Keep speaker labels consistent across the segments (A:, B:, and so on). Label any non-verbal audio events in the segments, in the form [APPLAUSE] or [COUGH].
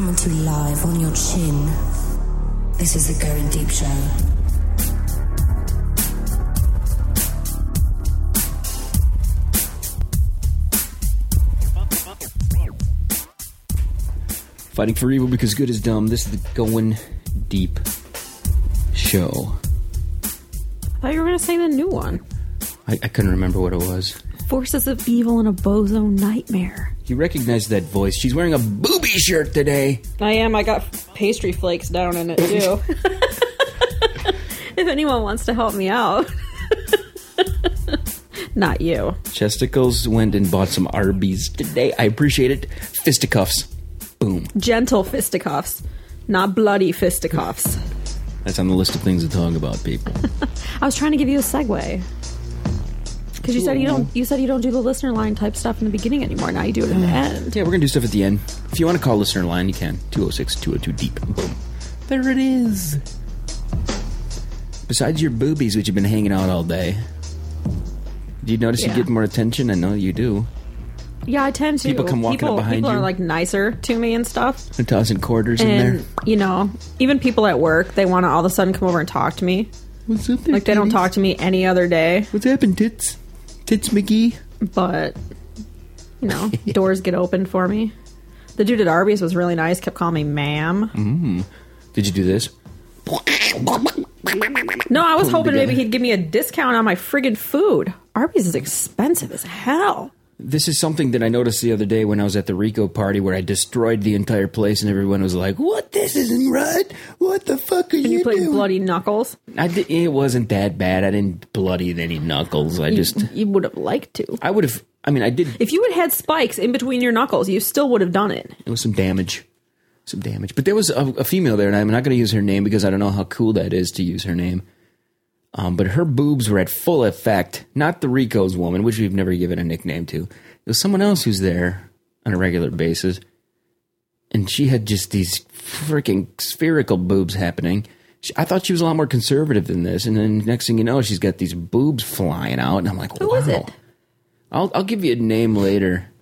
A: monthly live on your chin. This is the Going Deep Show.
B: Fighting for evil because good is dumb. This is the Going Deep show.
C: I thought you were going to sing the new one.
B: I, I couldn't remember what it was.
C: Forces of Evil and a Bozo Nightmare.
B: You recognize that voice. She's wearing a booby shirt today.
C: I am. I got pastry flakes down in it, too. [LAUGHS] if anyone wants to help me out. [LAUGHS] Not you.
B: Chesticles went and bought some Arby's today. I appreciate it. Fisticuffs. Boom.
C: Gentle fisticuffs. Not bloody fisticuffs.
B: That's on the list of things to talk about, people.
C: I was trying to give you a segue. Because you said you don't you said you don't do the listener line type stuff in the beginning anymore. Now you do it [SIGHS] in the end.
B: yeah, we're going to do stuff at the end. If you want to call listener line, you can. 206 202 Deep. E Boom. There it is. Besides your boobies, which have been hanging out all day, do you notice you
C: Yeah.
B: get more attention? I know you do.
C: Yeah, I tend to
B: People come walking up
C: people,
B: behind
C: people
B: you.
C: are like nicer to me and stuff.
B: I'm tossing quarters in
C: and
B: there.
C: you know even people at work they want to all of a sudden come over and talk to me
B: What's up there?
C: like they don't talk to me any other day
B: What's happened, Tits? Tits McGee?
C: but you
B: [LAUGHS]
C: know doors get opened for me the dude at arby's was really nice kept calling me ma'am
B: Mm-hmm. Did you do this?
C: no i was hoping maybe
B: together.
C: he'd give me a discount on my friggin' food arby's is expensive as hell
B: This is something that I noticed the other day when I was at the Rico party where I destroyed the entire place and everyone was like, "What? This isn't right. What the fuck are you,
C: you played
B: doing?"
C: bloody knuckles
B: I di- it wasn't that bad. I didn't bloody any knuckles. I just,
C: you would have liked to
B: I would have. I mean, I did.
C: if you had had spikes in between your knuckles you still would have done it
B: It was some damage, some damage. But there was a, a female there, and I'm not going to use her name because I don't know how cool that is to use her name. Um, but her boobs were at full effect. Not the Rico's woman, which we've never given a nickname to. It was someone else who's there on a regular basis, and she had just these freaking spherical boobs happening. She, I thought she was a lot more conservative than this, and then next thing you know, she's got these boobs flying out, and I'm like,
C: Who
B: wow.
C: was it?
B: I'll I'll give you a name later.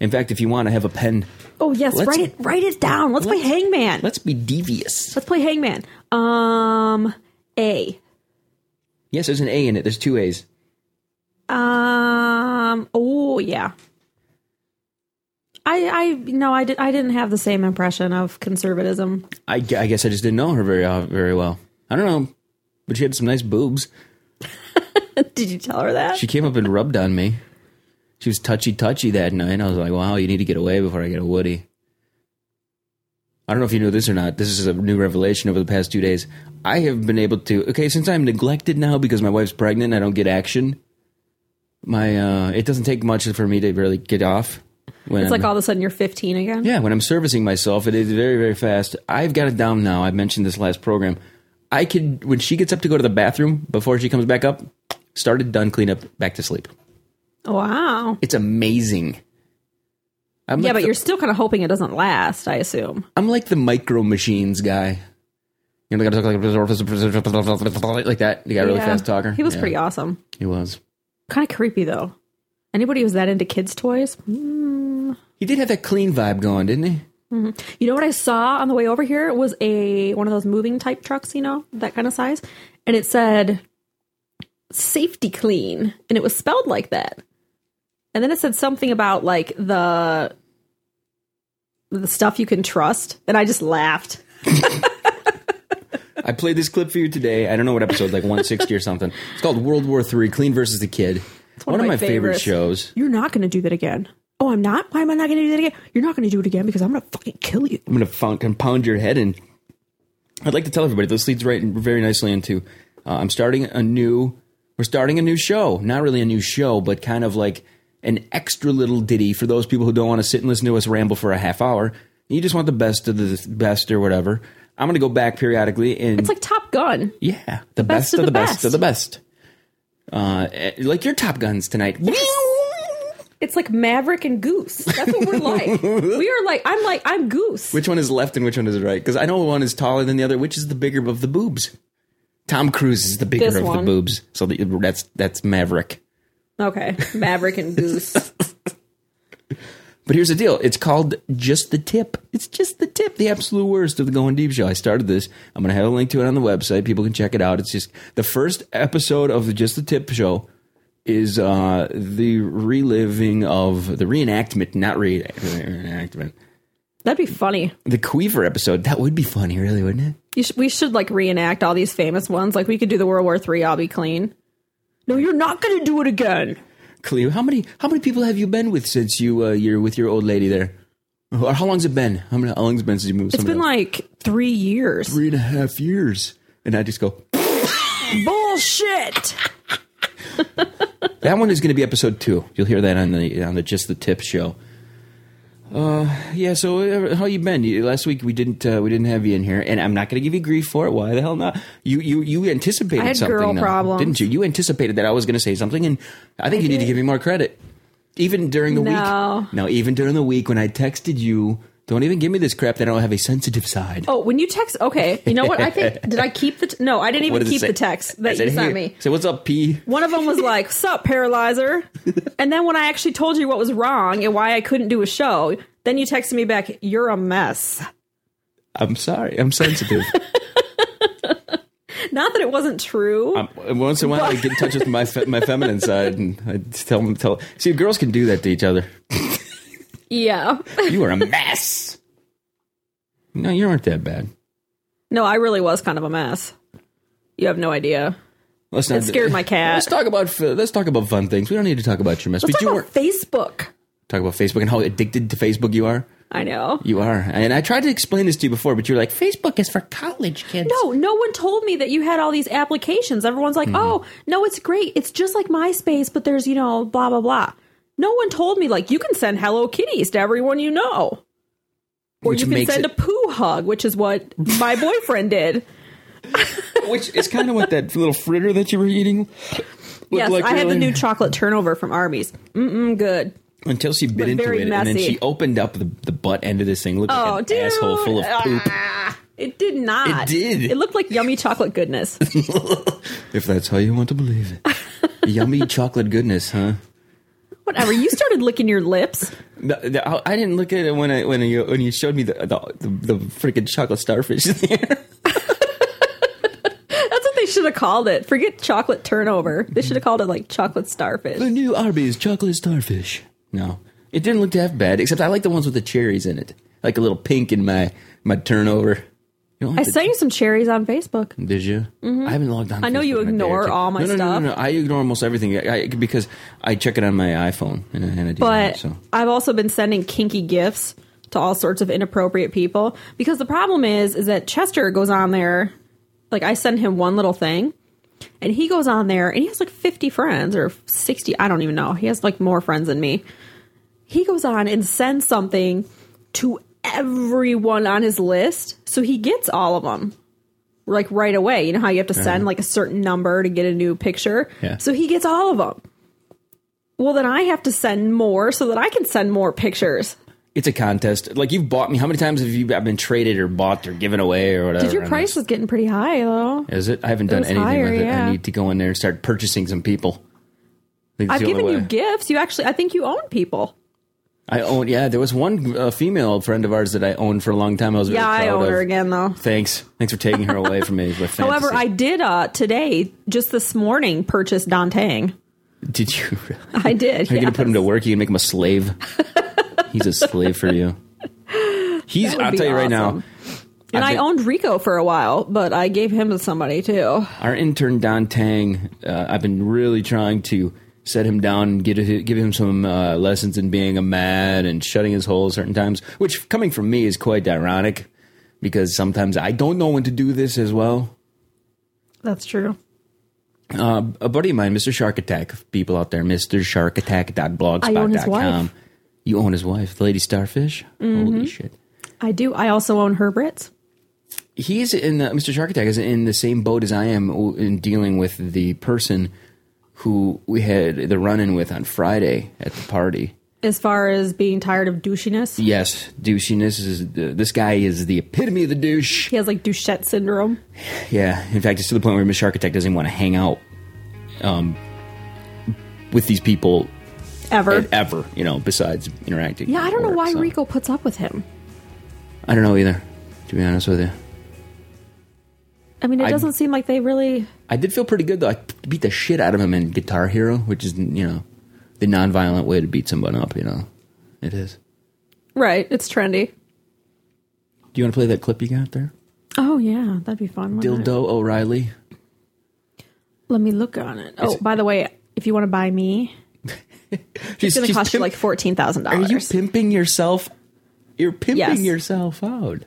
B: In fact, if you want, I have a pen.
C: oh yes
B: Let's-
C: write it write it down let's, play hangman
B: Let's be devious.
C: Let's play Hangman. Um, A.
B: Yes, there's an A in it. There's two A's.
C: Um, oh yeah. I I no I did I didn't have the same impression of conservatism. [LAUGHS]
B: I, gu- I guess I just didn't know her very uh, very well. I don't know, but she had some nice boobs.
C: did you tell her that?
B: She came up and rubbed on me. She was touchy touchy that night. I was like, wow, you need to get away before I get a Woody. I don't know if you knew this or not. This is a new revelation over the past two days. I have been able to okay since I'm neglected now because my wife's pregnant. I don't get action. My uh, it doesn't take much for me to really get off. When
C: it's
B: I'm-
C: like all of a sudden you're 15 again.
B: Yeah, when I'm servicing myself, it is very, very fast. I've got it down now. I mentioned this last program. I could, when she gets up to go to the bathroom before she comes back up, started, done, clean up, back to sleep.
C: Wow.
B: It's amazing. I'm
C: Yeah,
B: like
C: but
B: the,
C: you're still kind of hoping it doesn't last. I assume.
B: I'm like the micro machines guy. You know, the guy who talks like, like that. The guy really
C: Yeah.
B: fast talker.
C: He was
B: Yeah,
C: pretty awesome.
B: He was.
C: Kind of creepy though. Anybody who's that into kids' toys?
B: He did have that clean vibe going, didn't he?
C: You know what I saw on the way over here was a one of those moving type trucks, you know, that kind of size, and it said safety clean and it was spelled like that. And then it said something about like the the stuff you can trust, and I just laughed.
B: I played this clip for you today. I don't know what episode, like 160 or something. It's called World War Three: Clean versus the Kid. It's
C: one of my
B: my favorite
C: favorites.
B: shows.
C: You're not going to do that again. Oh, I'm not. Why am I not going to do that again? You're not going to do it again because I'm going to fucking kill you.
B: I'm going to found, compound your head in. I'd like to tell everybody this leads right very nicely into. Uh, I'm starting a new. We're starting a new show. Not really a new show, but kind of like an extra little ditty for those people who don't want to sit and listen to us ramble for a half hour. You just want the best of the best or whatever. I'm going to go back periodically and
C: It's like Top Gun.
B: yeah, the best, of the, best. of the best. Uh, eh, like your Top Guns tonight.
C: It's like Maverick and Goose. That's what we're like. we are like. I'm like. I'm Goose.
B: Which one is left and which one is right? Because I know one is taller than the other. Which is the bigger of the boobs? Tom Cruise is the bigger
C: This
B: of the
C: one.
B: boobs. So the, that's that's Maverick.
C: Okay, Maverick and Goose.
B: But But here's the deal: it's called just the tip. It's just the tip, the absolute worst of the Going Deep show. I started this. I'm gonna have a link to it on the website. People can check it out. It's just the first episode of the Just the Tip show is uh, the reliving of the reenactment, not re- reenactment.
C: That'd be funny.
B: The Queever episode. That would be funny, really, wouldn't it?
C: You sh- we should like reenact all these famous ones. Like we could do the World War Three. I'll be clean. No, you're not gonna do it again.
B: Cleo, how many how many people have you been with since you uh, you're with your old lady there? Or how long's it been? How, many, how long's it been since you moved?
C: It's been like three years.
B: three and a half years, and I just go.
C: Bullshit.
B: That one is going to be episode two. You'll hear that on the on the just the tip show. Uh, yeah. So uh, how you been? You, last week we didn't uh, we didn't have you in here, and I'm not going to give you grief for it. Why the hell not? You you you anticipated
C: I had
B: something,
C: girl
B: though,
C: problems.
B: didn't you? You anticipated that I was going to say something, and I think you need to give me more credit. Even during the
C: No.
B: week, no, even during the week when I texted you, don't even give me this crap that I don't have a sensitive side.
C: Oh, when you text, okay. You know what?
B: [LAUGHS]
C: I think did I keep the? T- no, I didn't
B: What
C: even
B: does it
C: keep
B: say?
C: the text that
B: I said,
C: you sent
B: "Hey,"
C: me.
B: Say what's up, P.
C: One of them was like,
B: [LAUGHS]
C: "Sup, paralyzer," and then when I actually told you what was wrong and why I couldn't do a show, then you texted me back, "You're a mess." [LAUGHS]
B: I'm sorry, I'm sensitive.
C: Not that it wasn't true.
B: Um, once in a while, I get in touch with my fe- my feminine side, and I just tell them, tell. See, girls can do that to each other.
C: yeah. [LAUGHS]
B: You are a mess. No, you aren't that bad.
C: No, I really was kind of a mess. You have no idea.
B: Let's not.
C: It scared my cat.
B: Let's talk about f- let's talk about fun things. We don't need to talk about your mess.
C: Let's
B: but
C: talk
B: you
C: about
B: were
C: Facebook.
B: talk about Facebook and how addicted to Facebook you are.
C: I know.
B: You are, and I tried to explain this to you before, but you're like, Facebook is for college kids.
C: No, no one told me that you had all these applications. Everyone's
B: Mm-hmm.
C: like, oh, no, it's great. It's just like MySpace, but there's, you know, blah, blah, blah. No one told me, like, you can send Hello Kitties to everyone you know. Or
B: Which
C: you can
B: makes
C: send
B: it-
C: a poo hug, which is what
B: [LAUGHS]
C: my boyfriend did.
B: which is kind of what that little fritter that you were eating. looked
C: Yes,
B: like
C: I had the
B: earlier.
C: new chocolate turnover from Arby's. Mm-mm, good.
B: until she bit into
C: very
B: it, and then
C: messy.
B: she opened up the, the butt end of this thing, looked
C: Oh,
B: like an
C: dude.
B: asshole full of poop.
C: Ah, it did not.
B: It did.
C: It looked like yummy chocolate
B: [LAUGHS]
C: goodness.
B: If that's how you want to believe [LAUGHS] it. Yummy chocolate goodness, huh?
C: Whatever. You started licking your lips.
B: The- the- I- I didn't look at it when I when you when you showed me the the, the, the freaking chocolate starfish [LAUGHS] there.
C: That's what they should have called it. Forget chocolate turnover. They should have called it like chocolate starfish.
B: the new Arby's chocolate starfish. No, it didn't look that bad. Except I like the ones with the cherries in it, like a little pink in my my turnover. You don't like
C: I
B: the-
C: sent you some cherries on Facebook.
B: Did you? I haven't logged on.
C: Mm-hmm. I know
B: Facebook
C: you
B: in a day or
C: ignore
B: two.
C: all my
B: no, no,
C: stuff.
B: No, no, no, I ignore almost everything I, I, because I check it on my iPhone and, I- and I do
C: But
B: that, so.
C: I've also been sending kinky gifts to all sorts of inappropriate people because the problem is is that Chester goes on there like I send him one little thing and he goes on there and he has like 50 friends or 60 I don't even know. He has like more friends than me. He goes on and sends something to everyone on his list so he gets all of them. Like right away, you know how you have to send like a certain number to get a new picture.
B: Yeah.
C: So he gets all of them. Well, then I have to send more so that I can send more pictures.
B: It's a contest. Like you've bought me. How many times have you? I've been traded or bought or given away or whatever.
C: Dude, your
B: and
C: price was getting pretty high, though.
B: Is it? I haven't done
C: was
B: anything
C: higher,
B: with it.
C: yeah.
B: I need to go in there and start purchasing some people. I think
C: I've
B: it's the only
C: given you
B: way.
C: gifts. You actually, I think you own people.
B: I own. Yeah, there was one uh, female friend of ours that I owned for a long time. I was really
C: Yeah, I
B: proud
C: own
B: of.
C: her again, though.
B: Thanks, thanks for taking her away from me. with fantasy.
C: [LAUGHS] However, I did uh today, just this morning, purchase Don Tang.
B: did you? [LAUGHS] Really?
C: [LAUGHS] I did.
B: You're gonna
C: yes.
B: put him to work. You're gonna make him a
C: [LAUGHS]
B: slave. He's a slave for you. He's.
C: That would
B: I'll
C: be
B: tell you right now.
C: awesome. And
B: I've
C: I
B: been-
C: owned Rico for a while, but I gave him to somebody too.
B: Our intern Don Tang, uh, I've been really trying to set him down and get give him some uh, lessons in being a man and shutting his hole certain times, which coming from me is quite ironic because sometimes I don't know when to do this as well.
C: That's true.
B: A buddy of mine, Mr. Shark Attack, people out there, Mr. Shark
C: I own his wife. Mm-hmm.
B: You own his wife, the Lady Starfish. Holy shit.
C: I do. I also own Herbert's.
B: he's in the, Mr. Shark Attack is in the same boat as I am w- in dealing with the person who we had the run-in with on Friday at the party.
C: As far as being tired of douchiness,
B: Yes, douchiness is the, this guy is the epitome of the douche.
C: he has like Duchette syndrome.
B: Yeah, in fact, it's to the point where Mr. Shark Attack doesn't even want to hang out um, with these people
C: Ever.
B: ever, you know, besides interacting.
C: Yeah, I don't know
B: at work,
C: why
B: so.
C: Rico puts up with him.
B: I don't know either. To be honest with you,
C: I mean, it
B: I-
C: doesn't seem like they really.
B: I did feel pretty good though. I beat the shit out of him in Guitar Hero, which is you know the non-violent way to beat someone up. You know, it is.
C: Right, it's trendy.
B: Do you want to play that clip you got there?
C: Oh yeah, that'd be fun. wouldn't it?
B: Dildo O'Reilly.
C: Let me look on it. Oh,
B: it-
C: by the way, if you want to buy me,
B: She's,
C: it's gonna
B: she's
C: cost you
B: pimp-
C: like fourteen thousand
B: Are you
C: dollars.
B: pimping yourself? You're pimping
C: Yes.
B: yourself out.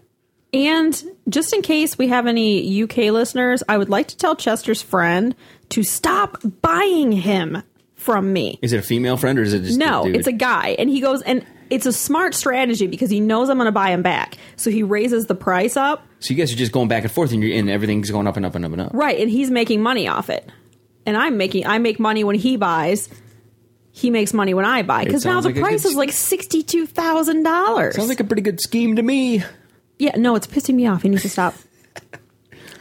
C: And just in case we have any UK listeners, I would like to tell Chester's friend to stop buying him from me.
B: Is it a female friend or is it just
C: No,
B: A dude?
C: it's a guy, and he goes and it's a smart strategy because he knows I'm going to buy him back, so he raises the price up.
B: so you guys are just going back and forth, and you're and everything's going up and up and up and up.
C: Right, and he's making money off it. And I'm making I make money when he buys. He makes money when I buy because now
B: sounds
C: the
B: like a
C: price
B: good
C: is like sixty two thousand dollars.
B: Sounds like a pretty good scheme to me.
C: yeah, no, it's pissing me off. He needs
B: [LAUGHS]
C: to stop.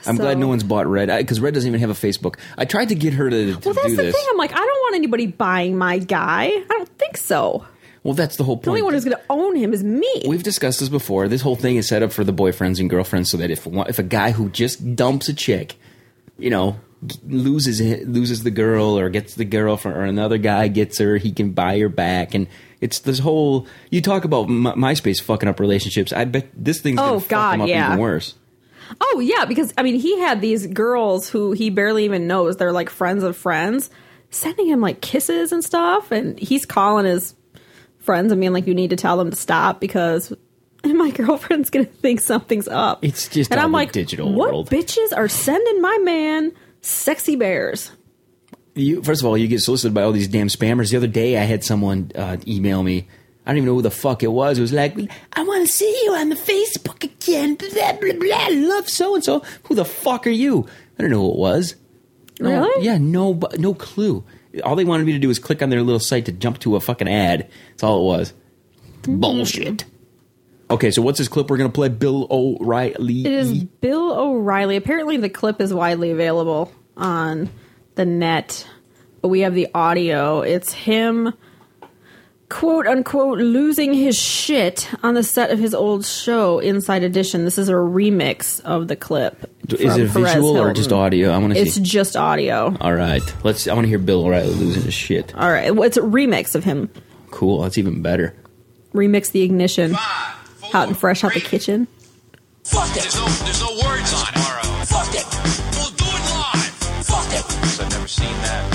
B: I'm glad
C: So-
B: no one's bought Red because Red doesn't even have a Facebook. I tried to get her to, to
C: Well, that's
B: do
C: the
B: this.
C: thing. I'm like, I don't want anybody buying my guy. I don't think so.
B: Well, that's the whole point.
C: The only one who's going to own him is me.
B: We've discussed this before. This whole thing is set up for the boyfriends and girlfriends so that if one- if a guy who just dumps a chick, you know, g- loses it- loses the girl or gets the girl from, or another guy gets her, he can buy her back, and it's this whole. You talk about My- MySpace fucking up relationships. I bet this thing's
C: Oh,
B: gonna fuck
C: God,
B: them up
C: yeah.
B: even worse.
C: Oh yeah, because I mean, he had these girls who he barely even knows. They're like friends of friends, sending him like kisses and stuff, and he's calling his friends and being like, "You need to tell them to stop because [LAUGHS] my girlfriend's gonna think something's up."
B: It's just
C: and
B: all
C: I'm
B: the
C: like,
B: digital
C: what
B: world."
C: bitches are sending my man sexy bears?
B: You first of all, you get solicited by all these damn spammers. The other day, I had someone uh, email me. I don't even know who the fuck it was. It was like, I want to see you on the Facebook again. Blah blah blah. I love so and so. Who the fuck are you? I don't know who it was. No-
C: Really?
B: Oh, yeah. No. bu- No clue. All they wanted me to do was click on their little site to jump to a fucking ad. That's all it was.
C: Mm-hmm.
B: Bullshit. Okay, so what's this clip we're gonna play? Bill O'Reilly.
C: It is Bill O'Reilly. Apparently, the clip is widely available on the net, but we have the audio. It's him, quote unquote, losing his shit on the set of his old show, Inside Edition. This is a remix of the clip.
B: Is
C: from
B: it
C: Perez
B: visual or
C: Hilton.
B: just audio? I want to
C: It's
B: see.
C: just audio.
B: All right, let's. I want to hear Bill O'Reilly losing his shit.
C: All right. Well, it's a remix of him.
B: Cool. That's even better.
C: Remix the ignition.
D: Five, four,
C: Hot and fresh out the
D: three.
C: kitchen.
D: Fuck it. There's no, there's no words on it. Fuck it. We'll do it live. Fuck it. I've never seen that.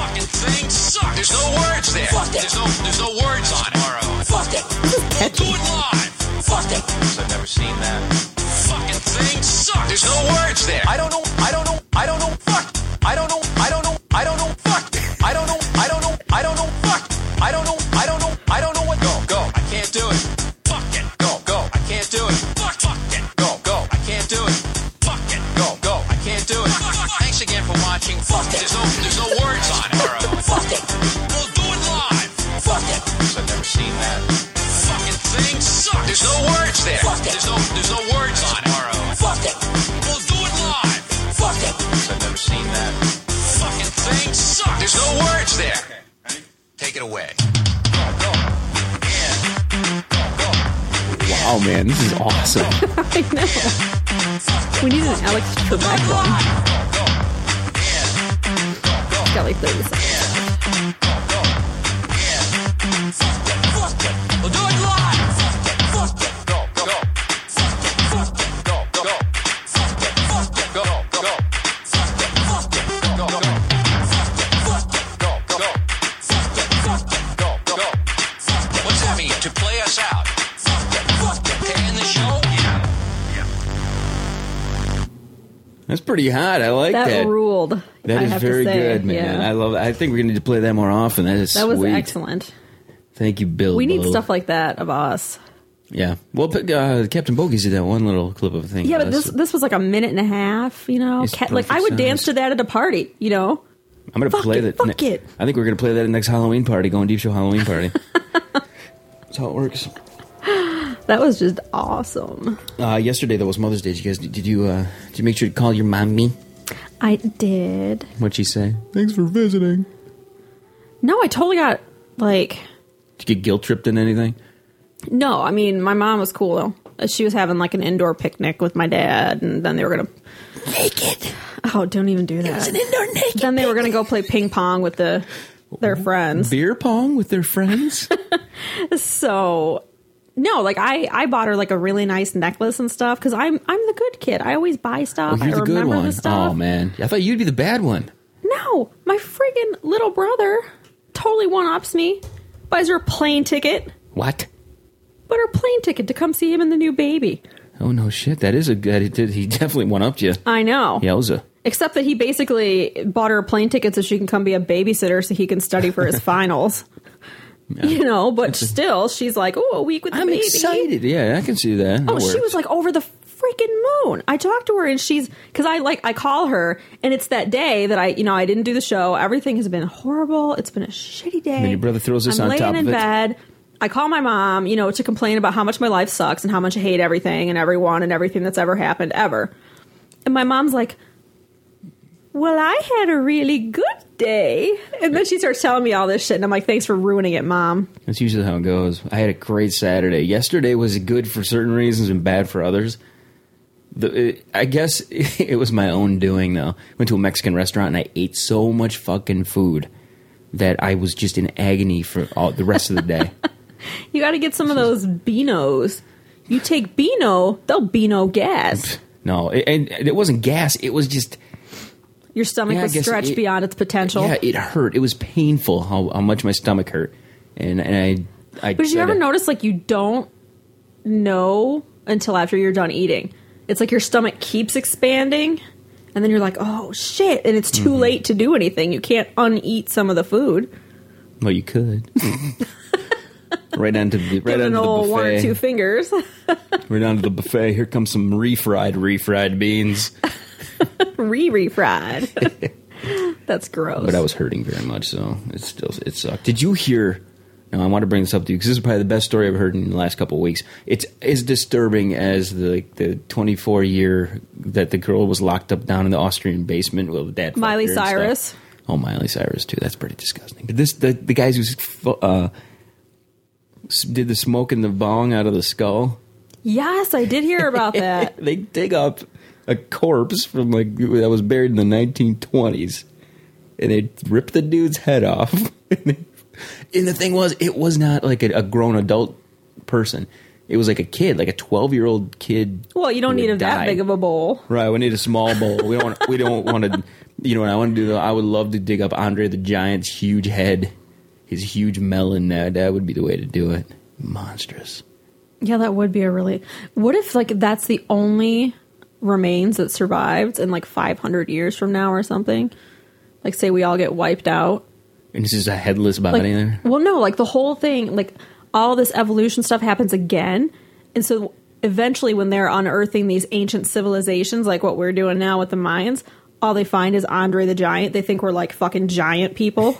D: Fucking thing sucks. There's no words there. Fuck it. There's no, there's no words on it. Fuck it. We'll do it live. Fuck it. I've never seen that. Fucking thing sucks. There's no words there. I don't know. I don't know. I don't know. Fuck. I don't know. I don't know. I don't know. Fuck. I don't know. I don't know. I don't know. Fuck. I don't know. I don't know. I don't know what. Go. Go. I can't do it. Fuck it. Go. Go. I can't do it. Fuck. Fuck it. Go. Go. I can't do it. Fuck it. Go. Go. I can't do it. Thanks again for watching. Fuck it. There's no. There's no words on it. Fuck it. We'll do it live. Fuck it. I've never seen that. Fucking thing sucks. There's no words there. Fuck it. There's no. There's no words on it. Fuck it. We'll do it live. Fuck it. I've never seen that. Fucking thing sucks. There's no words there. Take it away. Go. Go. Yeah. Go. Go.
B: Wow, man, this is awesome.
C: I know. We need an Alex Trebek one. It's got like 30 seconds.
D: What's that mean? To play us out? To end the show? Yeah.
B: That's pretty hot. I like that.
C: that, ruled.
B: that
C: I
B: is
C: have to
B: very
C: say.
B: good, man.
C: Yeah.
B: I love. I think we're going to need to play that more often. That is
C: that was
B: sweet.
C: excellent.
B: Thank you, Bill.
C: We need
B: Bo.
C: stuff like that of us.
B: yeah. Well, but, uh, Captain Bogies did that one little clip of a thing. Uh,
C: Yeah, but
B: That's-
C: this this was like a minute and a half. You know,
B: It's
C: Cat, like
B: perfect
C: I would
B: size.
C: dance to that at a party. You know,
B: I'm going to
C: fuck
B: play
C: it,
B: that.
C: fuck it.
B: I think we're going to play that at next Halloween party. Going deep show Halloween
C: [LAUGHS]
B: party. That's how it works.
C: that was just awesome.
B: Uh, yesterday though was Mother's Day. Did you guys did you uh, did you make sure to call your mommy?
C: I did.
B: What'd she say? Thanks for visiting.
C: No, I totally got Like,
B: Did you get guilt tripped in anything?
C: no, I mean, my mom was cool though. Uh, She was having like an indoor picnic with my dad, and then they were gonna
A: Naked.
C: oh, don't even do that.
A: indoor naked.
C: then they were gonna go play ping pong with the their friends.
B: Beer pong with their friends?
C: So no, like I I bought her like a really nice necklace and stuff because I'm I'm the good kid. I always buy
B: Oh,
C: stuff.
B: you're
C: I
B: the good
C: remember
B: one.
C: the stuff.
B: Oh man, I thought you'd be the bad one.
C: No, my friggin' little brother totally one ups me. Buys her a plane ticket,
B: What?
C: but her plane ticket to come see him and the new baby.
B: Oh no, shit. That is a good. It did, he definitely one upped you.
C: I know.
B: Yowza.
C: Except that he basically bought her a plane ticket so she can come be a babysitter so he can study
B: [LAUGHS]
C: for his finals. You know, but still, she's like, oh, a week with the
B: I'm
C: baby.
B: excited. Yeah, I can see that.
C: Oh, she was like over the freaking moon. I talked to her and she's because I like I call her and it's that day that I you know I didn't do the show. Everything has been horrible. It's been a shitty day.
B: Then your brother throws this
C: I'm
B: on
C: laying
B: top
C: in
B: of it.
C: bed. I call my mom, you know, to complain about how much my life sucks and how much I hate everything and everyone and everything that's ever happened ever. And my mom's like, "Well, I had a really good day." And then she starts telling me all this shit and I'm like, "Thanks for ruining it, mom."
B: That's usually how it goes. I had a great Saturday. Yesterday was good for certain reasons and bad for others. The, it, I guess [LAUGHS] it was my own doing though. Went to a Mexican restaurant and I ate so much fucking food that I was just in agony for all the rest of the
C: [LAUGHS]
B: day.
C: You got to get some of those Beanos. You take Beano, they'll Beano gas.
B: no, it, and it wasn't gas. It was just
C: Your stomach
B: Yeah, I
C: was
B: guess
C: stretched
B: it-
C: beyond its potential.
B: yeah, it hurt. It was painful how, how much my stomach hurt, and and I I.
C: but did you
B: said
C: ever
B: it-
C: notice like you don't know until after you're done eating? It's like your stomach keeps expanding, and then you're like, oh shit, and it's
B: Mm-hmm.
C: too late to do anything. You can't uneat some of the food.
B: Well, you
C: [LAUGHS]
B: could. right onto the right
C: Give it an
B: onto the
C: old
B: buffet.
C: one or two fingers. [LAUGHS]
B: Right onto the buffet. Here comes some refried, refried beans.
C: Re refried.
B: [LAUGHS]
C: That's gross.
B: But I was hurting very much, so it still it sucked. Did you hear? Now I want to bring this up to you because this is probably the best story I've heard in the last couple of weeks. It's as disturbing as the like, the 24 year that the girl was locked up down in the Austrian basement with that fucked
C: Miley
B: her and stuff.
C: Cyrus.
B: Oh, Miley Cyrus too. That's pretty disgusting. But this the the guys who uh, s- did the smoke and the bong out of the skull.
C: Yes, I did hear
B: [LAUGHS]
C: about that.
B: they dig up a corpse from like that was buried in the 1920s, and they rip the dude's head off. [LAUGHS] and, they- and the thing was, it was not like a, a grown adult person. It was like a kid, like a 12 year old kid.
C: Well, you don't
B: who
C: need
B: had
C: that
B: died.
C: big of a bowl.
B: Right, we need a small bowl. We don't. we don't want to. You know what I want to do? Though I would love to dig up Andre the Giant's huge head, his huge melon. That that would be the way to do it. Monstrous.
C: Yeah, that would be a really. What if like that's the only remains that survived in like 500 years from now or something? Like say we all get wiped out.
B: And this is a headless body
C: Like
B: there.
C: well no, like the whole thing, like all this evolution stuff happens again. And so eventually when they're unearthing these ancient civilizations like what we're doing now with the Mayans, all they find is Andre the Giant. They think we're like fucking giant people.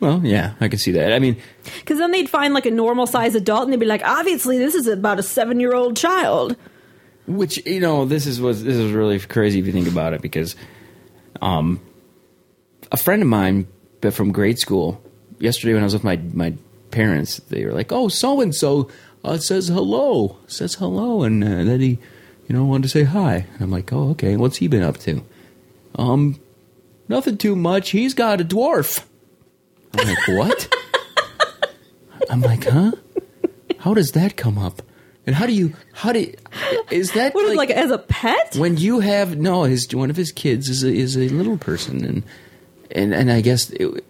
B: Well, yeah, I can see that. I mean,
C: Because then they'd find like a normal sized adult and they'd be like, obviously, this is about a seven year old child.
B: which you know, this is was this is really crazy if you think about it because, um, a friend of mine but from grade school yesterday when I was with my my parents, they were like, "Oh, so and so says hello, says hello, and uh, that he, you know, wanted to say hi." And I'm like, "Oh, okay, what's he been up to?" Um, nothing too much. He's got a dwarf. I'm like, what? [LAUGHS] I'm like, huh? How does that come up? And how do you? How do? Is that
C: What is like, as a pet?
B: when you have no his one of his kids is a, is a little person and and and I guess it,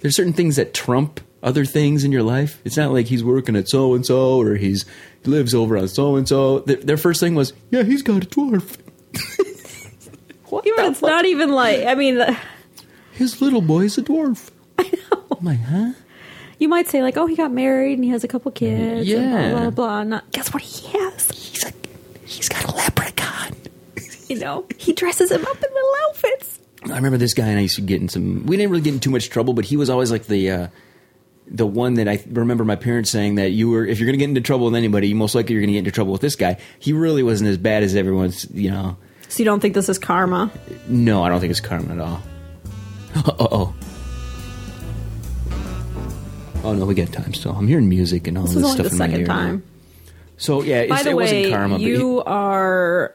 B: there's certain things that trump other things in your life. It's not like he's working at so and so or he's he lives over on so and so. Their their first thing was, yeah, he's got a dwarf. what
C: Even
B: the
C: it's
B: fuck?
C: not even like I mean, [LAUGHS] the-
B: His little boy's a dwarf. [LAUGHS] I know. I'm like, huh?
C: you might say like, oh, he got married and he has a couple kids.
B: Yeah.
C: and blah blah blah. Not, guess what he has?
B: He's a he's got a leprechaun.
C: You know, he dresses him up in little outfits.
B: I remember this guy and I used to get in some. We didn't really get in too much trouble, but he was always like the uh, the one that I remember my parents saying that you were if you're going to get into trouble with anybody, you most likely you're going to get into trouble with this guy. He really wasn't as bad as everyone's. You know,
C: So you don't think this is karma?
B: [LAUGHS] no, I don't think it's karma at all. Uh oh. Oh no, we got time still. I'm hearing music and all
C: This
B: this,
C: is only
B: stuff
C: the
B: in my
C: second
B: ear.
C: time.
B: So yeah,
C: By
B: it's,
C: the
B: it
C: way,
B: wasn't karma.
C: you are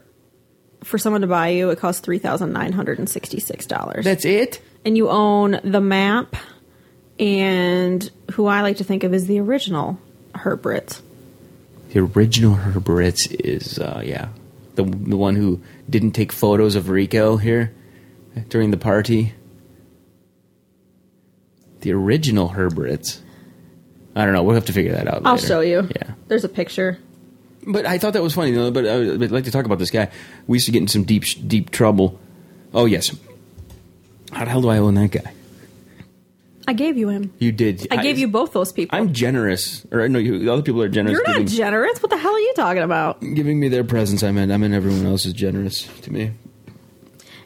C: for someone to buy you. It costs three thousand nine hundred and sixty-six dollars,
B: but that's it.
C: and you own the map and who I like to think of as the original Herbert.
B: The original Herberitz is uh, yeah, the the one who didn't take photos of Rico here during the party. The original Herberitz. I don't know. We'll have to figure that out.
C: I'll
B: later.
C: show you.
B: Yeah.
C: there's a picture.
B: But I thought that was funny. though, But I would I'd like to talk about this guy. We used to get in some deep, deep trouble. Oh yes. How the hell do I own that guy?
C: I gave you him.
B: You did.
C: I gave you both those people.
B: I'm generous, or no? You, other people are generous.
C: You're not
B: giving,
C: generous. What the hell are you talking about?
B: giving me their presents. I meant. I meant everyone else is generous to me.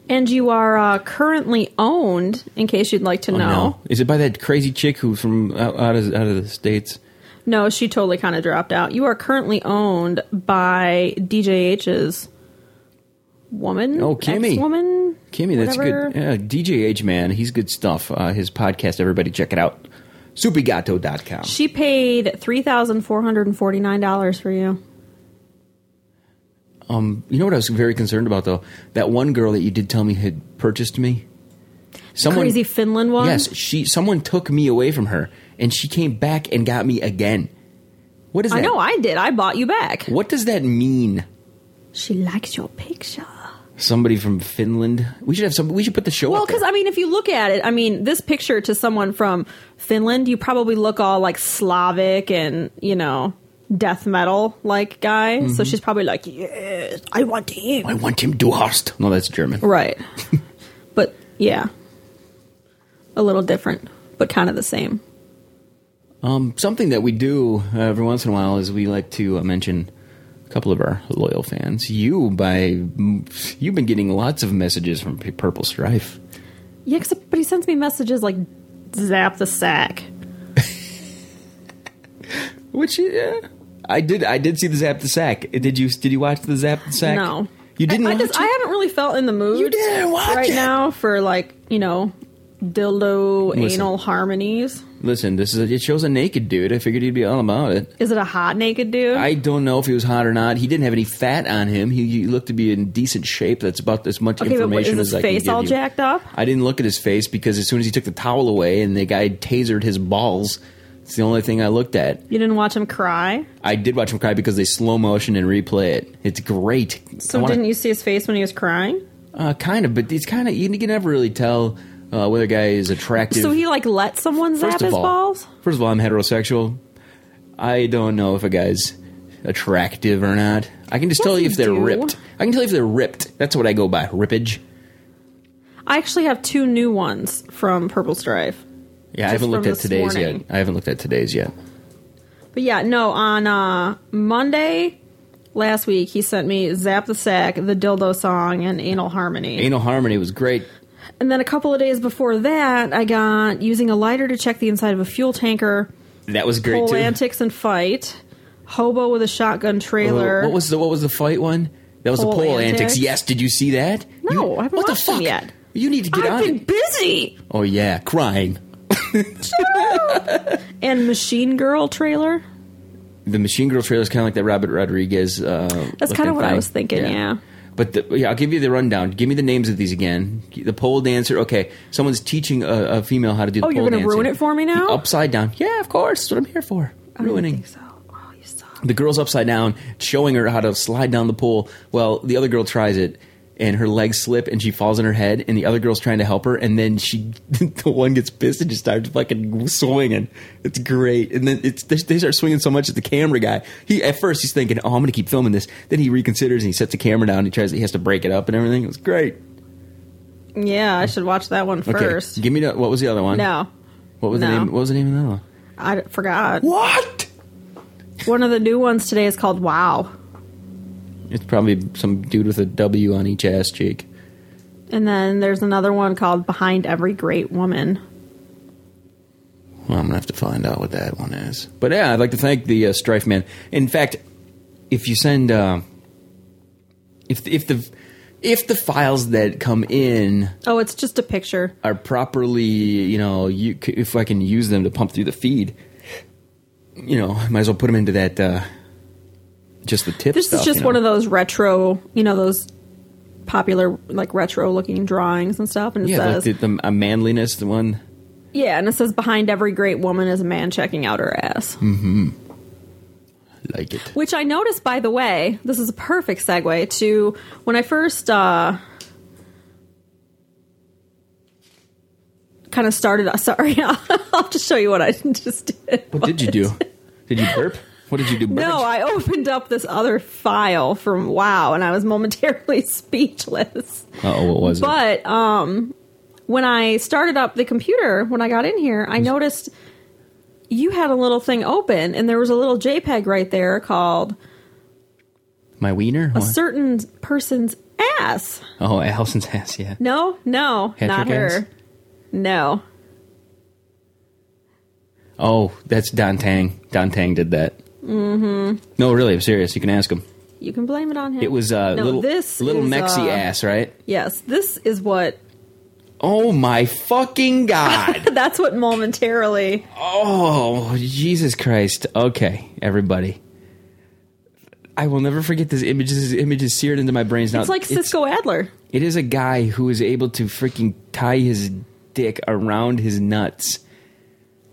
C: And you are uh, currently owned, in case you'd like to
B: Oh,
C: know.
B: Is it by that crazy chick who from out, out of out of the states?
C: No, she totally kind of dropped out. You are currently owned by DJH's woman.
B: Oh, Kimmy.
C: Woman.
B: Kimmy, that's
C: Whatever.
B: good. Yeah, DJH man, he's good stuff. Uh, his podcast, everybody check it out. Supigato.com.
C: She paid three thousand four hundred and forty nine dollars for you.
B: You know what I was very concerned about though? That one girl that you did tell me had purchased me. Someone
C: Crazy Finland one.
B: Yes, she someone took me away from her and she came back and got me again. What is that?
C: I know. I did. I bought you back.
B: what does that mean?
C: She likes your picture.
B: Somebody from Finland. We should have some we should put the show
C: Well,
B: up there.
C: because I mean, if you look at it, I mean, this picture to someone from Finland, you probably look all like Slavic and you know death metal like guy.
B: Mm-hmm.
C: So she's probably like, "Yes, I want him."
B: I want him to host. No, that's German. [LAUGHS]
C: Right. but yeah. A little different, but kind of the same.
B: Um, something that we do uh, every once in a while is we like to uh, mention a couple of our loyal fans. You, by you've been getting lots of messages from P- Purple Strife.
C: Yeah, except but he sends me messages like zap the sack.
B: Which yeah, I did. I did see the Zap the Sack. Uh, Did you? Did you watch the Zap the Sack?
C: No.
B: you didn't.
C: I, I
B: watch
C: just I
B: it?
C: haven't really felt in the mood
B: You didn't watch
C: right
B: it.
C: now for like, you know, dildo
B: Listen.
C: anal harmonies.
B: Listen, this is a, it shows a naked dude. I figured he'd be all about it.
C: Is it a hot naked dude?
B: I don't know if he was hot or not. He didn't have any fat on him. He, he looked to be in decent shape. That's about as much
C: okay, but what, is
B: information
C: his
B: as I can
C: face
B: give
C: all
B: you.
C: jacked up?
B: I didn't look at his face because as soon as he took the towel away and the guy tasered his balls, it's the only thing I looked at.
C: You didn't watch him cry?
B: I did watch him cry because they slow motion and replay it. It's great.
C: So didn't you see his face when he was crying?
B: Uh, kind of, but it's kind of you can never really tell uh, whether a guy is attractive.
C: So he like let someone zap
B: first of
C: his
B: all,
C: balls?
B: First of all, I'm heterosexual. I don't know if a guy's attractive or not. I can just
C: Yes,
B: tell you if
C: you
B: they're
C: do.
B: ripped. I can tell you if they're ripped. That's what I go by. Rippage.
C: I actually have two new ones from Purple Strife.
B: Yeah, I
C: Just
B: haven't looked
C: from
B: at
C: this
B: today's
C: morning.
B: yet. I haven't looked at today's yet.
C: But yeah, no, on uh, Monday last week, he sent me Zap the Sack, the Dildo Song, and Anal Harmony.
B: Anal harmony was great.
C: and then a couple of days before that, I got Using a Lighter to Check the Inside of a Fuel Tanker,
B: That was great
C: Pole
B: too.
C: Antics and Fight, Hobo with a Shotgun Trailer.
B: What was the what was the fight one? That was the
C: Pole
B: pole antics.
C: antics.
B: Yes, did you see that?
C: No,
B: You-
C: I haven't
B: what the
C: watched them
B: fuck?
C: yet.
B: You need to get
C: I've
B: on
C: been
B: it.
C: busy!
B: Oh yeah, crying.
C: And Machine Girl Trailer.
B: The Machine Girl trailer is kind of like that Robert Rodriguez. Uh,
C: That's
B: looking
C: kind of what I
B: thing.
C: was thinking, yeah.
B: But the, yeah, I'll give you the rundown. Give me the names of these again. The pole dancer. Okay, someone's teaching a, a female how to do.
C: Oh,
B: the
C: you're
B: pole
C: gonna ruin
B: dancing.
C: it for me now?
B: The upside down. Yeah, of course. That's what I'm here for. Ruining.
C: I didn't think so. Oh, you suck.
B: the girl's upside down, showing her how to slide down the pole. Well, the other girl tries it, and her legs slip, and she falls on her head. And the other girl's trying to help her, and then she, [LAUGHS] the one gets pissed and just starts fucking swinging. It's great, and then it's they, they start swinging so much at the camera guy. He at first he's thinking, "Oh, I'm going to keep filming this." Then he reconsiders and he sets the camera down. And he tries, he has to break it up and everything. It was great.
C: Yeah, I should watch that one
B: Okay,
C: first.
B: give me the, what was the other one?
C: No,
B: what was the
C: no.
B: name? What was the name of that one?
C: I d- forgot.
B: What?
C: One of the new ones today is called Wow.
B: It's probably some dude with a W on each ass cheek.
C: And then there's another one called Behind Every Great Woman.
B: Well, I'm gonna have to find out what that one is. But yeah, I'd like to thank the uh, Strife Man. In fact, if you send, uh, if if the if the files that come in
C: Oh, it's just a picture.
B: are properly, you know, you, c- if I can use them to pump through the feed, you know, might as well put them into that. Uh, just the tip.
C: This
B: stuff,
C: is just
B: you know?
C: one of those retro, you know, those popular like retro looking drawings and stuff. And it
B: Yeah, like
C: says,
B: the, the a manliness, the one.
C: yeah, and it says behind every great woman is a man checking out her ass.
B: Like it.
C: Which I noticed, by the way, this is a perfect segue to when I first uh, kind of started. [LAUGHS] uh, Sorry, I'll just show you what I [LAUGHS] just did.
B: What did you
C: [LAUGHS]
B: do? Did you burp? What did you do?
C: No,
B: Burpage?
C: I opened up this other file from Wow, and I was momentarily [LAUGHS] speechless.
B: Uh-oh, what was it?
C: But um, when I started up the computer, when I got in here, I noticed you had a little thing open, and there was a little JPEG right there called
B: My wiener?
C: a
B: What?
C: certain person's ass.
B: oh, Allison's [LAUGHS] ass, yeah.
C: No, no,
B: Hat
C: not
B: trick
C: her.
B: ass?
C: No.
B: Oh, that's Don Tang. Don Tang did that. Mm-hmm. No, really, I'm serious. You can ask him.
C: You can blame it on him.
B: It was uh,
C: No,
B: little
C: this
B: little
C: is,
B: Mexi
C: uh,
B: ass, right?
C: Yes, this is what.
B: Oh my fucking
C: [LAUGHS]
B: god!
C: That's what momentarily.
B: oh Jesus Christ! Okay, everybody, I will never forget this image. This image is seared into my brains now.
C: It's like Cisco Adler.
B: It is a guy who is able to freaking tie his dick around his nuts.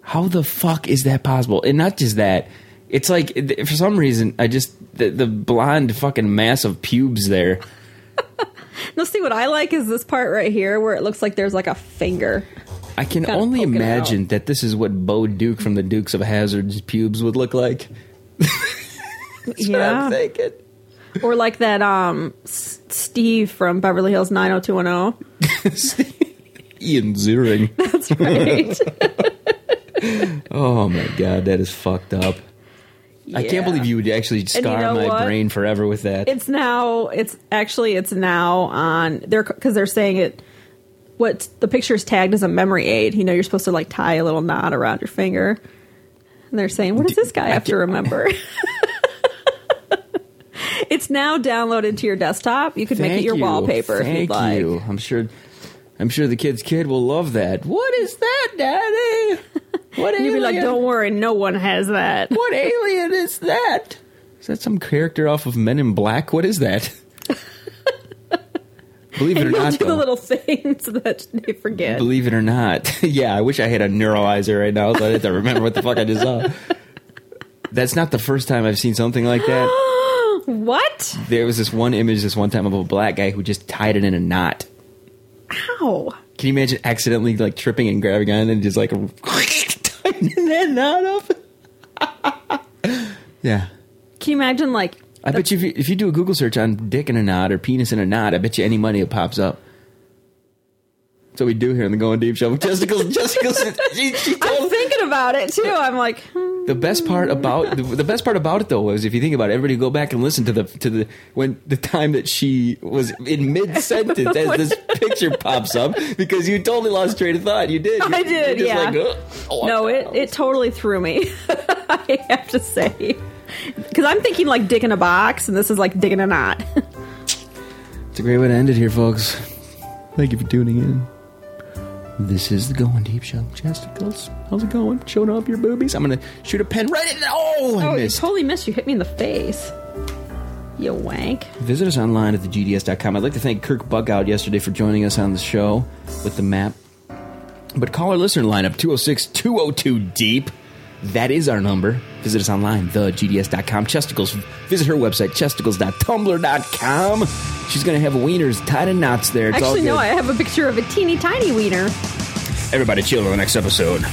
B: How the fuck is that possible? And not just that, it's like th- for some reason I just the, the blonde fucking mass of pubes there.
C: Now, see what I like is this part right here where it looks like there's like a finger.
B: I can
C: Gotta
B: only
C: poke it
B: imagine that this is what Bo Duke from the Dukes of Hazard's pubes would look like. [LAUGHS] That's what I'm thinking.
C: or like that um S- Steve from Beverly Hills 90210.
B: Ian Ziering.
C: [LAUGHS] That's
B: [LAUGHS]
C: right.
B: Oh my god, that is fucked up. I
C: Yeah.
B: can't believe you would actually scar
C: know
B: my
C: what?
B: brain forever with that.
C: It's now it's actually it's now on they're cuz they're saying it what the picture's tagged as a memory aid. You know, you're supposed to like tie a little knot around your finger. And they're saying, "What does this guy have
B: [LAUGHS]
C: to remember?" it's now downloaded to your desktop. You could make it
B: Thank
C: your
B: you.
C: wallpaper
B: Thank
C: if you'd like.
B: you. I'm sure. I'm sure the kid's kid will love that. What is that, Daddy? What alien?
C: And you'd be like, "Don't worry, no one has that."
B: What alien is that? Is that some character off of Men in Black? What is
C: [LAUGHS]
B: that? Believe it or
C: You'll
B: not,
C: do the
B: though.
C: little [LAUGHS] things that they forget.
B: Believe it or not. [LAUGHS] yeah, I wish I had a neuroizer right now so I didn't remember what the fuck I just saw. That's not the first time I've seen something like
C: [GASPS]
B: that.
C: What?
B: There was this one image this one time of a black guy who just tied it in a knot.
C: Ow.
B: Can you imagine accidentally like tripping and grabbing on and just like [LAUGHS] tightening that knot up? yeah.
C: Can you imagine, like,
B: I bet you if, you if you do a Google search on dick in a knot or penis in a knot, I bet you any money it pops up. That's what we do here in the Going Deep Show. Testicles, testicles. She, she
C: I'm
B: told
C: thinking about it too. I'm like, hmm,
B: the best part about the, the best part about it though was if you think about it, everybody go back and listen to the to the when the time that she was in mid sentence as
C: [LAUGHS]
B: this picture pops up because you totally lost train of thought. You did. You-
C: I did,
B: you're just
C: yeah.
B: like, "Ugh, oh,
C: no,
B: I-
C: it, it totally threw me. [LAUGHS] I have to say. Because I'm thinking, like, dick in a box, and this is like dick in a knot. [LAUGHS]
B: It's a great way to end it here, folks. Thank you for tuning in. This is the Going Deep Show. Chesticles, how's it going? Showing off your boobies? I'm gonna shoot a pen right in. Oh, I
C: oh, you
B: missed.
C: totally missed. You hit me in the face. You wank.
B: Visit us online at thegds.com. I'd like to thank Kirk Buckout yesterday for joining us on the show with the map. But call our listener lineup 206 202 Deep. E That is our number. Visit us online, thegds.com. Chesticles, visit her website, chesticles.tumblr.com. She's going to have wieners tied in knots there. It's all
C: Actually,
B: good.
C: no, I have a picture of a teeny tiny wiener.
B: Everybody chill on the next episode.